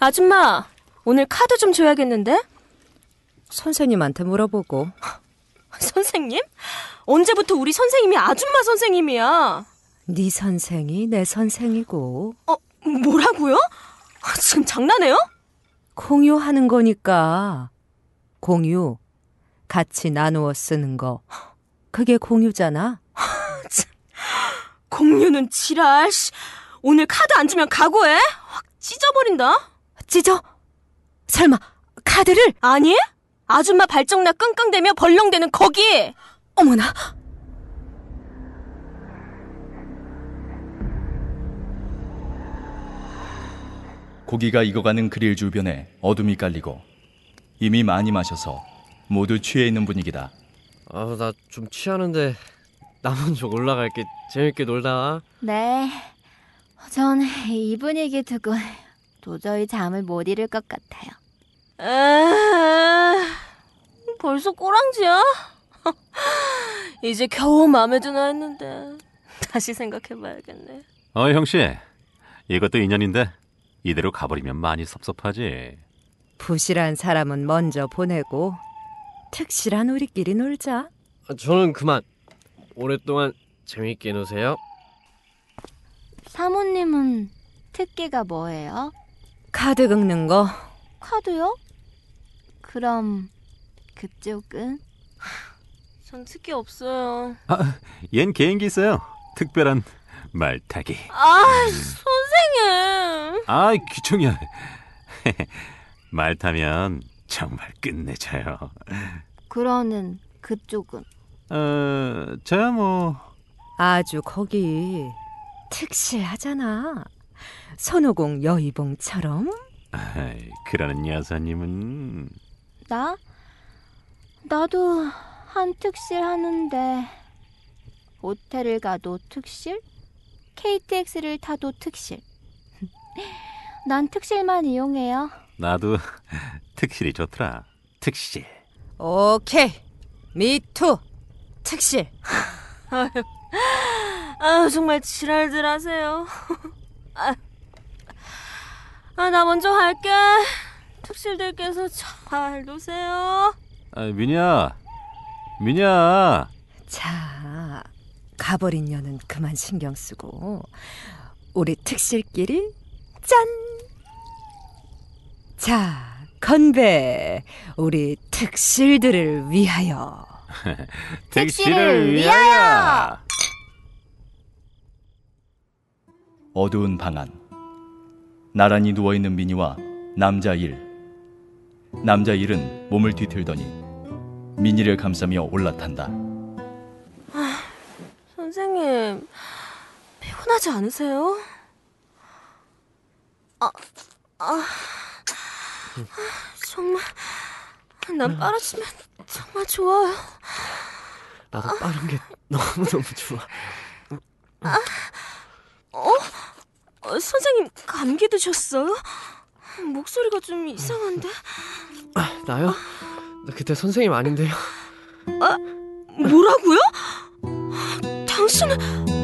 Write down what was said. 아줌마, 오늘 카드 좀 줘야겠는데? 선생님한테 물어보고. 선생님? 언제부터 우리 선생님이 아줌마 선생님이야? 네 선생이 내 선생이고. 어, 뭐라고요? 아, 지금 장난해요? 공유하는 거니까. 공유. 같이 나누어 쓰는 거. 그게 공유잖아. 공유는 지랄. 씨. 오늘 카드 안 주면 각오해. 확 찢어버린다. 찢어? 설마, 카드를? 아니? 아줌마 발정나 끙끙대며 벌렁대는 거기. 어머나. 고기가 익어가는 그릴 주변에 어둠이 깔리고 이미 많이 마셔서 모두 취해 있는 분위기다. 아우 나 좀 취하는데 나 먼저 올라갈게 재밌게 놀다 네. 전 이 분위기 두고 도저히 잠을 못 이룰 것 같아요. 에 벌써 꼬랑지야? 이제 겨우 마음에 드나 했는데 다시 생각해봐야겠네. 어, 형씨. 이것도 인연인데 이대로 가버리면 많이 섭섭하지. 부실한 사람은 먼저 보내고, 특실한 우리끼리 놀자. 아, 저는 그만 오랫동안 재밌게 노세요 사모님은 특기가 뭐예요? 카드 긁는 거. 카드요? 그럼 그쪽은? 전 특기 없어요. 얜 개인기 있어요. 특별한 말타기. 아, 선생님. 아, 귀청이야. 말 타면 정말 끝내줘요. 그러는 그쪽은? 어, 저야 뭐 아주 거기, 특실하잖아. 손오공 여의봉처럼. 아이, 그러는 여사님은 나? 나도 한 특실 하는데 호텔을 가도 특실? KTX를 타도 특실. 난 특실만 이용해요. 나도 특실이 좋더라. 특실. 오케이. 미투. 특실. 아, 정말 지랄들 하세요. 아, 아, 나 먼저 갈게. 특실들께서 잘 노세요. 아, 민야, 민야. 자, 가버린 년은 그만 신경 쓰고 우리 특실끼리 짠. 자, 건배. 우리 특실들을 위하여. 특실을 위하여. 어두운 방안. 나란히 누워 있는 미니와 남자 일. 남자 일은 몸을 뒤틀더니 미니를 감싸며 올라탄다. 선생님, 피곤하지 않으세요? 아, 아, 아, 정말. 난 빨아주면 정말 좋아요. 나도 빠른 게 너무너무 좋아 어, 선생님, 감기 드셨어요? 목소리가 좀 이상한데? 아, 나요? 나 그때 선생님 아닌데요 뭐라고요? 당신은